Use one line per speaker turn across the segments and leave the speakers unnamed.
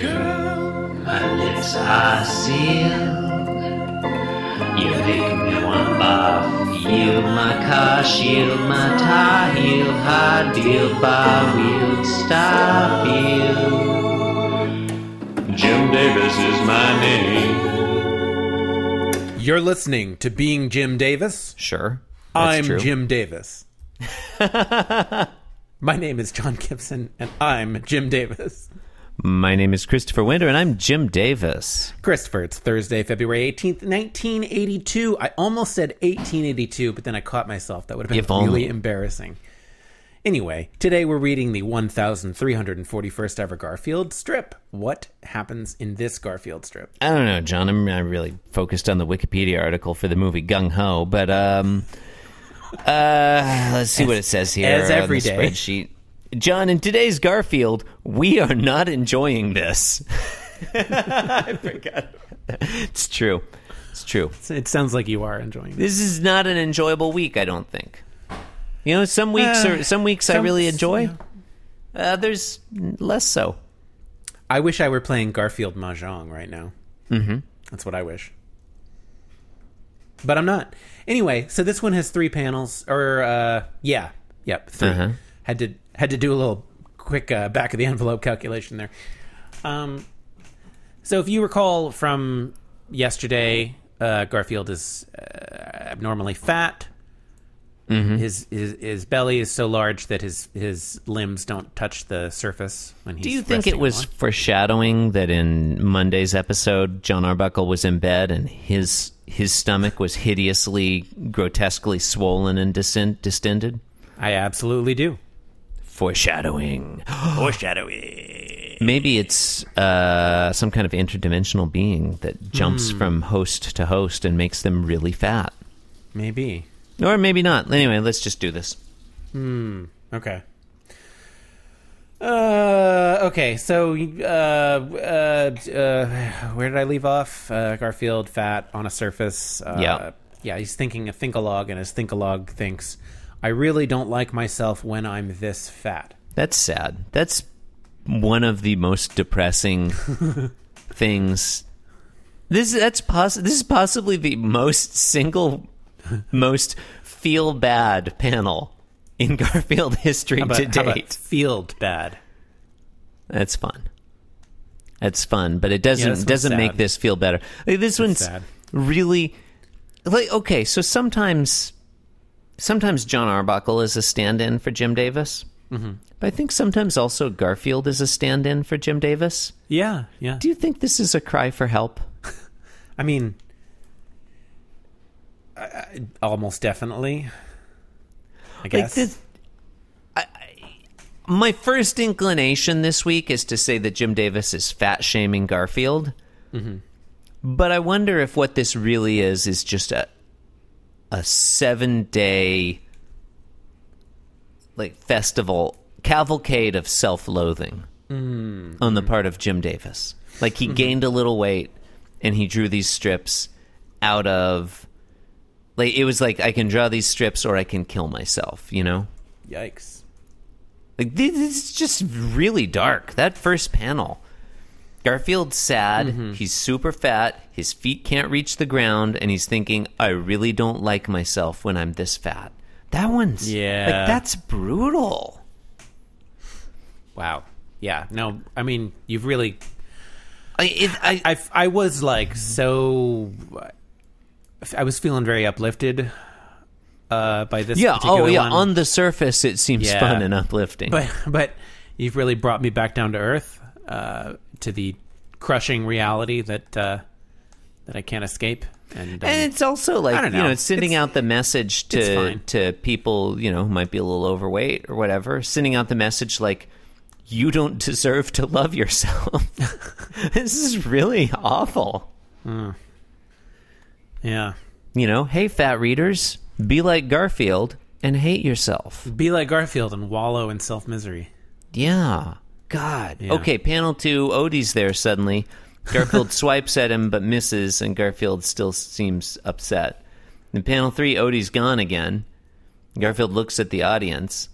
Girl,
My lips are sealed. You make me want to barf. Yield my car, shield my tie, heel, hard deal, bar wheel, stop you. Jim Davis is my name.
you're listening to Being Jim Davis.
Sure. That's
I'm
true.
Jim Davis. My name is John Gibson, and I'm Jim Davis.
My name is Christopher Winter, and I'm Jim Davis.
Christopher, it's Thursday, February 18th, 1982. I almost said 1882, but then I caught myself. That would have been
If
really
only.
embarrassing. Anyway, today we're reading the 1341st ever Garfield strip. What happens in this Garfield strip?
I don't know, John. I'm not really focused on the Wikipedia article for the movie Gung Ho, but um, uh, let's see what it says here
as every
on the
day.
spreadsheet. John, in today's Garfield, we are not enjoying this. I forgot. It's true. It's true.
It sounds like you are enjoying it.
This is not an enjoyable week. I don't think. You know, some weeks
Uh,
are some weeks I
some-
really enjoy.
yeah.
Others less so.
I wish I were playing Garfield Mahjong right now. Mm-hmm. That's what I wish. But I'm not. Anyway, so this one has three panels, or uh, yeah, yep, 3
Uh-huh.
Had to had to do a little quick uh, back of the envelope calculation there. Um, so if you recall from yesterday, uh, Garfield is uh, abnormally fat.
Mm-hmm.
His, his his belly is so large that his his limbs don't touch the surface when he's.
Do you think
resting
it
on
was
one.
foreshadowing that in Monday's episode, John Arbuckle was in bed and his his stomach was hideously, grotesquely swollen and distend, distended?
I absolutely do.
Foreshadowing. Foreshadowing. Maybe it's uh, some kind of interdimensional being that jumps from host to host and makes them really fat.
Maybe.
Or maybe not. Anyway, let's just do this.
Okay. Uh, okay, so, uh, uh, uh, where did I leave off? Uh, Garfield, fat, on a surface. Uh,
Yeah.
Yeah, he's thinking a thinkalog, and his thinkalog thinks, I really don't like myself when I'm this fat.
That's sad. That's one of the most depressing things. This that's poss- This is possibly the most single, most feel bad panel in Garfield history
How about,
to
how
date.
about field bad?
That's fun. That's fun, but it doesn't
this one's
doesn't make
sad.
this feel better. Like, this one's
sad.
really like okay. So sometimes, sometimes John Arbuckle is a stand-in for Jim Davis,
Mm-hmm.
but I think sometimes also Garfield is a stand-in for Jim Davis.
Yeah, yeah.
Do you think this is a cry for help?
I mean, I, I, almost definitely. I guess.
this- My first inclination this week is to say that Jim Davis is fat shaming Garfield. But I wonder if what this really is is just a a seven day like festival cavalcade of self loathing on the part of Jim Davis. Like he gained a little weight and he drew these strips out of like it was like I can draw these strips or I can kill myself, you know?
Yikes.
Like this is just really dark. That first panel. Garfield's sad,
Mm-hmm.
he's super fat, his feet can't reach the ground, and he's thinking, I really don't like myself when I'm this fat. That one's
Yeah.
like that's brutal.
Wow. Yeah. No, I mean, you've really.
I, it, I,
I, I was
Mm-hmm.
like so. I was feeling very uplifted uh, by this.
yeah, oh
particular
yeah.
one.
On the surface it seems
Yeah.
fun and uplifting.
but but you've really brought me back down to earth uh, to the crushing reality that uh, that I can't escape. And, um,
and it's also like
I don't
you
know.
know, it's sending out the message
it's
to
fine.
to people you know who might be a little overweight or whatever, sending out the message like you don't deserve to love yourself. this is really awful.
yeah,
You know, hey, fat readers, be like Garfield and hate yourself.
be like Garfield and wallow in self misery.
Yeah. God. Okay, panel two, Odie's there suddenly. Garfield swipes at him but misses, and Garfield still seems upset. In panel three, Odie's gone again. Garfield looks at the audience.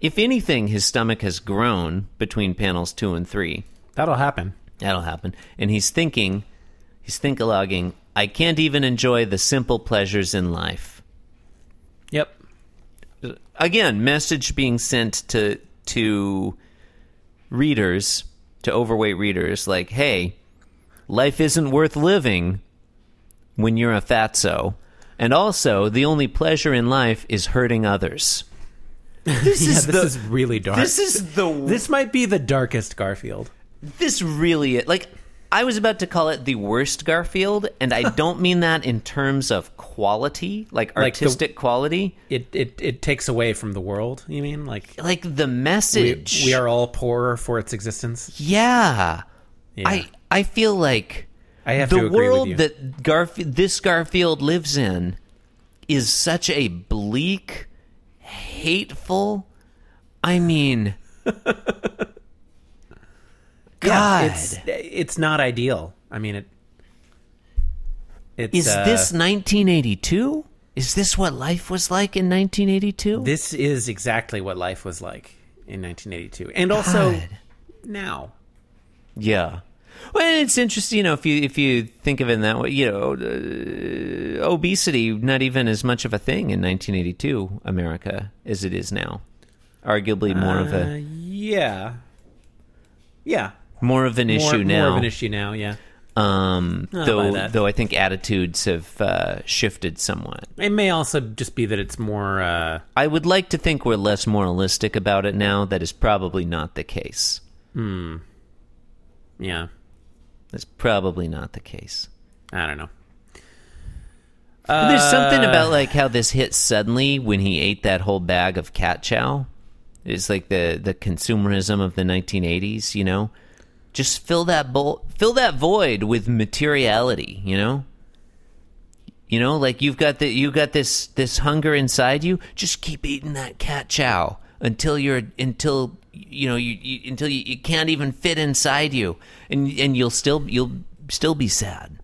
If anything, his stomach has grown between panels two and three.
That'll happen.
That'll happen. And he's thinking, he's thinkalogging, I can't even enjoy the simple pleasures in life.
Yep.
Again, message being sent to to readers, to overweight readers, like, hey, life isn't worth living when you're a fatso. And also, the only pleasure in life is hurting others. This
yeah, this is really dark.
this is the
This might be the darkest Garfield.
this really is like I was about to call it the worst Garfield, and I don't mean that in terms of quality, like
Like the-
artistic quality.
It it it takes away from the world. You mean like
Like the
we,
message.
we are all poorer for its existence?
Yeah.
Yeah.
I I feel like
I have to
the
agree with
world
you.
that Garfield this Garfield lives in is such a bleak, hateful. I mean, God,
it's it's not ideal. I mean it. It's,
is
uh,
this 1982? Is this what life was like in 1982?
This is exactly what life was like in 1982, and also
God.
now.
Yeah. Well, it's interesting, you know, if you if you think of it in that way, you know, uh, obesity not even as much of a thing in 1982 America as it is now. Arguably more of
Uh,
a
yeah, yeah.
more of an
More,
issue now.
more of an issue now. Yeah,
Um,
I buy
though
that.
though I think attitudes have uh, shifted somewhat.
it may also just be that it's more. Uh,
I would like to think we're less moralistic about it now. That is probably not the case.
yeah,
That's probably not the case.
I don't know.
There's something about like how this hit suddenly when he ate that whole bag of cat chow. It's like the the consumerism of the 1980s, you know. Just fill that bowl, fill that void with materiality, you know. You know, like you've got the you got this this hunger inside you. Just keep eating that cat chow until you're until you know you, you until you, you can't even fit inside you, and and you'll still you'll still be sad.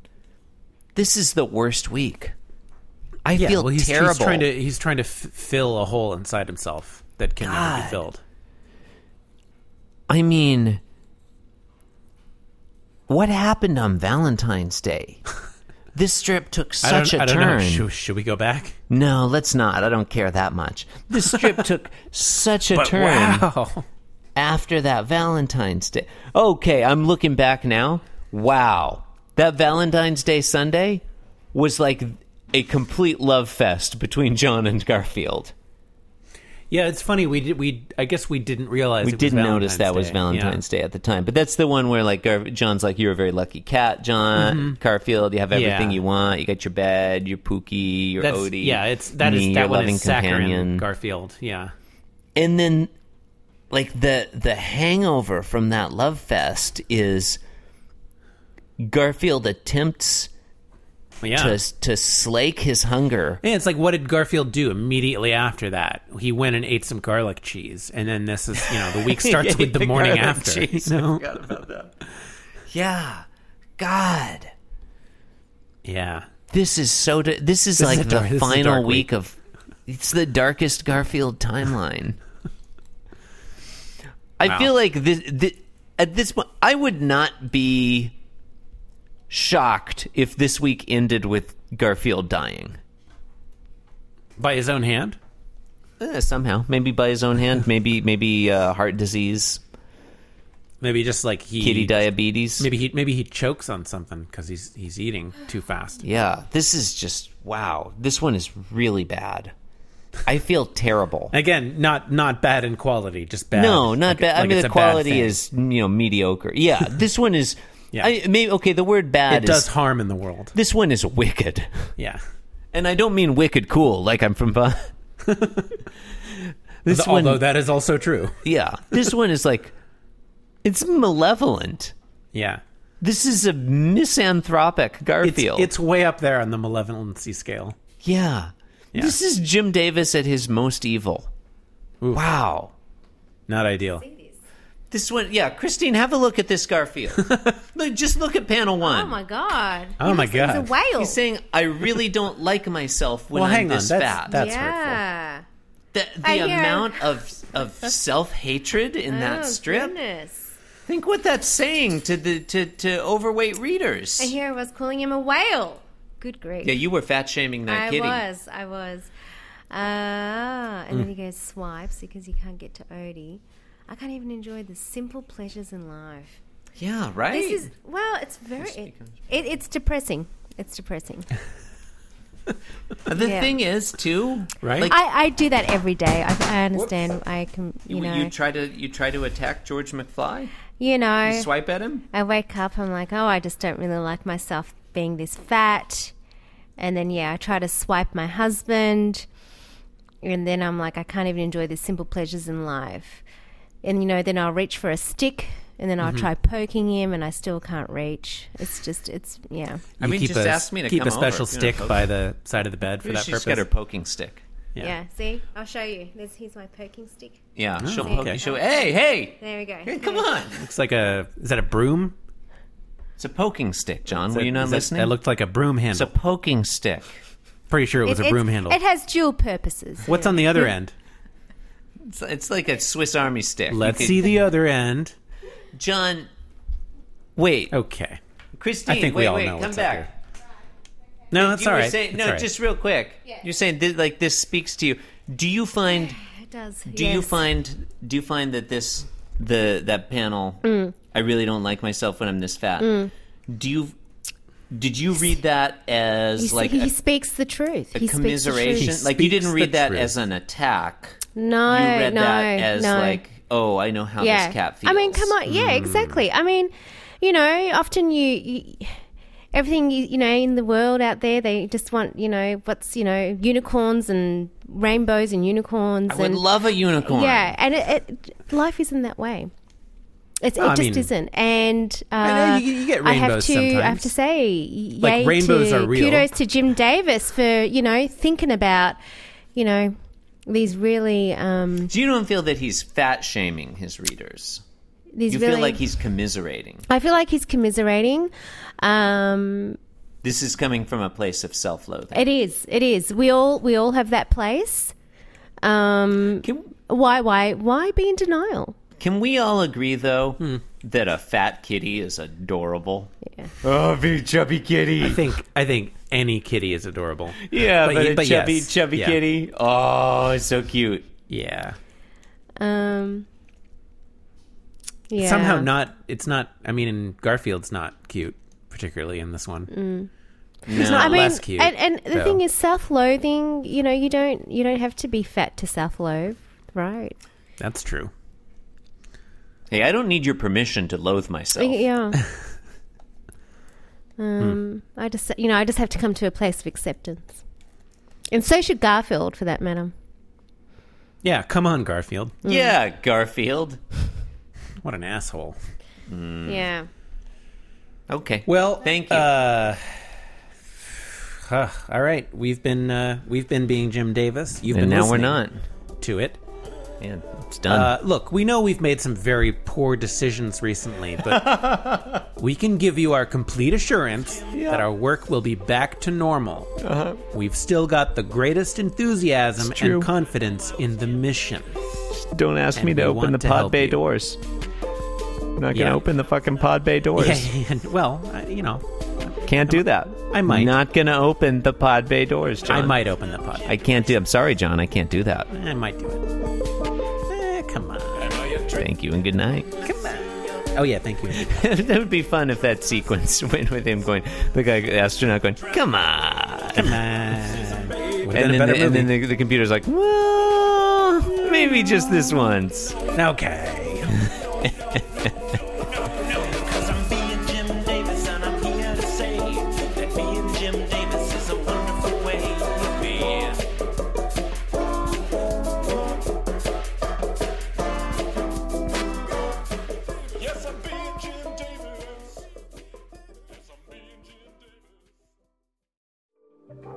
This is the worst week. I
Yeah,
feel
well, he's,
terrible.
he's trying to he's trying to f- fill a hole inside himself that can never be
God.
filled.
I mean, what happened on Valentine's Day? This strip took
I don't,
such
I
a
don't
turn.
know. Should, should we go back?
No, let's not. I don't care that much. This strip took such a turn
Wow.
after that Valentine's Day. Okay, I'm looking back now. Wow. That Valentine's Day Sunday was like a complete love fest between John and Garfield.
Yeah, it's funny. We did. We I guess we didn't realize
We
it was
didn't notice that
Valentine's
was
Day. Yeah.
Valentine's Day at the time, but that's the one where like Gar- John's like, "You're a very lucky cat, John Garfield. You have everything
Mm-hmm. Yeah.
you want. You got your bed, your Pookie, your
That's,
Odie.
yeah, it's that is
me,
that
your
one
loving
is
companion.
Saccharine Garfield. Yeah,
and then like the the hangover from that love fest is Garfield attempts
yeah.
to to slake his hunger.
Yeah, it's like what did Garfield do immediately after that? He went and ate some garlic cheese, and then this is you know the week starts with the,
the
morning
garlic
after.
cheese.
you know?
Yeah, God,
Yeah,
this is so. Da- this
is
is
a
like
dark- this
the
is a
final
dark
week
week.
of. It's the darkest Garfield timeline. I
Wow.
feel like this, thi- at this point, I would not be shocked if this week ended with Garfield dying.
by his own hand.
Eh, somehow, maybe by his own hand, maybe maybe uh, heart disease,
Maybe just like he
kitty diabetes.
Maybe he maybe he chokes on something because he's he's eating too fast.
Yeah, this is just wow. This one is really bad. I feel terrible.
Again, not not bad in quality, just bad.
No, not
Like-
bad. I
like
mean,
it's
the
a bad
quality
thing.
is you know mediocre. Yeah, this one is.
Yeah.
I, maybe okay. The word bad
it does
is
harm in the world.
this one is wicked,
Yeah,
and I don't mean wicked cool like I'm from. Va- this
although
one,
that is also true.
yeah, this one is like it's malevolent.
Yeah,
This is a misanthropic
it's,
Garfield.
it's way up there on the malevolency scale.
yeah.
Yeah.
this is Jim Davis at his most evil.
Oof.
Wow.
Not ideal.
This one, yeah, Christine, have a look at this Garfield. look, just look at panel one.
Oh my god.
Oh my
He's a
God.
whale.
He's saying, "I really don't like myself when
Well,
I'm
hang on,
this
that's-
fat."
that's-
yeah.
the the
I hear-
amount of of self hatred in that
Oh,
strip.
Goodness.
Think what that's saying to the to, to overweight readers.
I hear I was calling him a whale. Good grief.
yeah, you were fat shaming that
I
kitty.
was. I was. Ah, and then he goes swipes because he can't get to Odie. I can't even enjoy the simple pleasures in life.
Yeah, right.
This is well, it's very it, it, it's depressing. It's depressing.
But the
yeah.
thing is, too,
Right?
Like,
I, I do that every day. I, I understand. I can you
you,
know
you try to you try to attack George McFly.
you know
You swipe at him.
I wake up, I'm like, oh, I just don't really like myself being this fat. And then, yeah, I try to swipe my husband. And then I'm like, I can't even enjoy the simple pleasures in life. And, you know, then I'll reach for a stick and then I'll
Mm-hmm.
try poking him and I still can't reach. It's just, it's, yeah.
I
You
mean,
keep
just
a,
ask me to
keep
come
a special
over, you know,
stick
folks.
by the side of the bed for
She's
that purpose.
got her poking stick.
Yeah, see? I'll show you. There's, here's my poking stick.
Yeah, she'll
Oh, okay.
poke. She'll hey hey.
There we go.
Hey, come on!
Looks like a is that a broom?
It's a poking stick, John. Were
That-
you
is
not
that-
listening?
That looked like a broom
it's a
handle.
poking stick.
Pretty sure it was a
it's-
broom handle.
It has dual purposes.
What's on the other end?
It's, it's like a Swiss Army stick. You
Let's
could-
see the other end.
John. Wait,
Okay.
Christine.
I Oh, think
wait,
we all
wait,
know
come
what's up
back.
here. No, that's
you
all
were
right.
saying
That's
no,
all right.
just real quick. You're saying this, like this speaks to you. Do you find
It does.
do you find do you find that this the that panel
Mm.
I really don't like myself when I'm this fat. Do you did you read that as like
he
a,
speaks the truth.
a
he speaks the truth.
commiseration?
He
Like you
speaks
didn't
the
read that
truth.
as an attack.
No,
you read
no,
that as
no.
like, oh, I know how this cat feels.
I mean, come on, yeah, exactly.
Mm.
I mean, you know, often you, you everything you, you know in the world out there, they just want you know what's you know unicorns and rainbows and unicorns
I would
and
love a unicorn.
yeah, and it, it, life isn't that way. It's, it
I
just
mean-
isn't, and uh,
I know, you- you get
I have
rainbows
to, I have
sometimes.
to say, yay
Like, rainbows
to,
are real.
Kudos to Jim Davis for you know thinking about you know these really um,
Do you don't feel that he's fat shaming his readers?
these
You
really
feel like he's commiserating.
I feel like he's commiserating. Um,
This is coming from a place of
Eh.
self-loathing.
it is. It is. We all we all have that place. Um,
Can-
why why why be in denial?
Can we all agree, though,
Hmm.
that a fat kitty is adorable?
Oh, big chubby
I
kitty.
think I think any kitty is adorable.
Yeah,
But but y- a but chubby- yes. chubby Yeah.
kitty. Oh, it's so cute.
Yeah.
Um, yeah.
Somehow not. It's not. I mean, and Garfield's not cute, particularly in this one.
No.
Mm. I mean,
less cute,
and, and the
though.
thing is, self-loathing. You know, you don't you don't have to be fat to self-loathe, right?
That's true.
hey, I don't need your permission to loathe myself.
Yeah. um, I just you know I just have to come to a place of acceptance, and so should Garfield, for that matter.
Yeah. Come on, Garfield.
Yeah, Garfield.
What an asshole.
Yeah.
Okay.
Well,
Thank you.
Uh, huh, all right, we've been uh, we've been being Jim Davis. You've
and
been
now we're
listening
not.
to it.
Man, it's done.
Uh, look, we know we've made some very poor decisions recently, but we can give you our complete assurance that our work will be back to normal.
Uh-huh.
We've still got the greatest enthusiasm and confidence in the mission.
Don't ask
And
me to
we
open
want
the
to
pod
help
bay
you.
doors. I'm not gonna
Yeah.
open the fucking pod bay doors.
and, well, I- you know,
Can't do that.
I might.
Not gonna open the pod bay doors, John.
I might open the pod.
I can't do. I'm sorry, John. I can't do that.
I might do it. Eh, come on.
Thank you and good night.
Oh yeah, thank you.
that would be fun if that sequence went with him going, the guy, the astronaut going, come on.
Come on. Would've been
And
a
then,
better
the, and
movie.
then the, the computer's like, well, maybe just this once.
Okay.
Cause I'm being Jim Davis and I'm here to say that being Jim Davis is a wonderful way to be. Yes, I'm being Jim Davis. Yes, I'm being Jim Davis.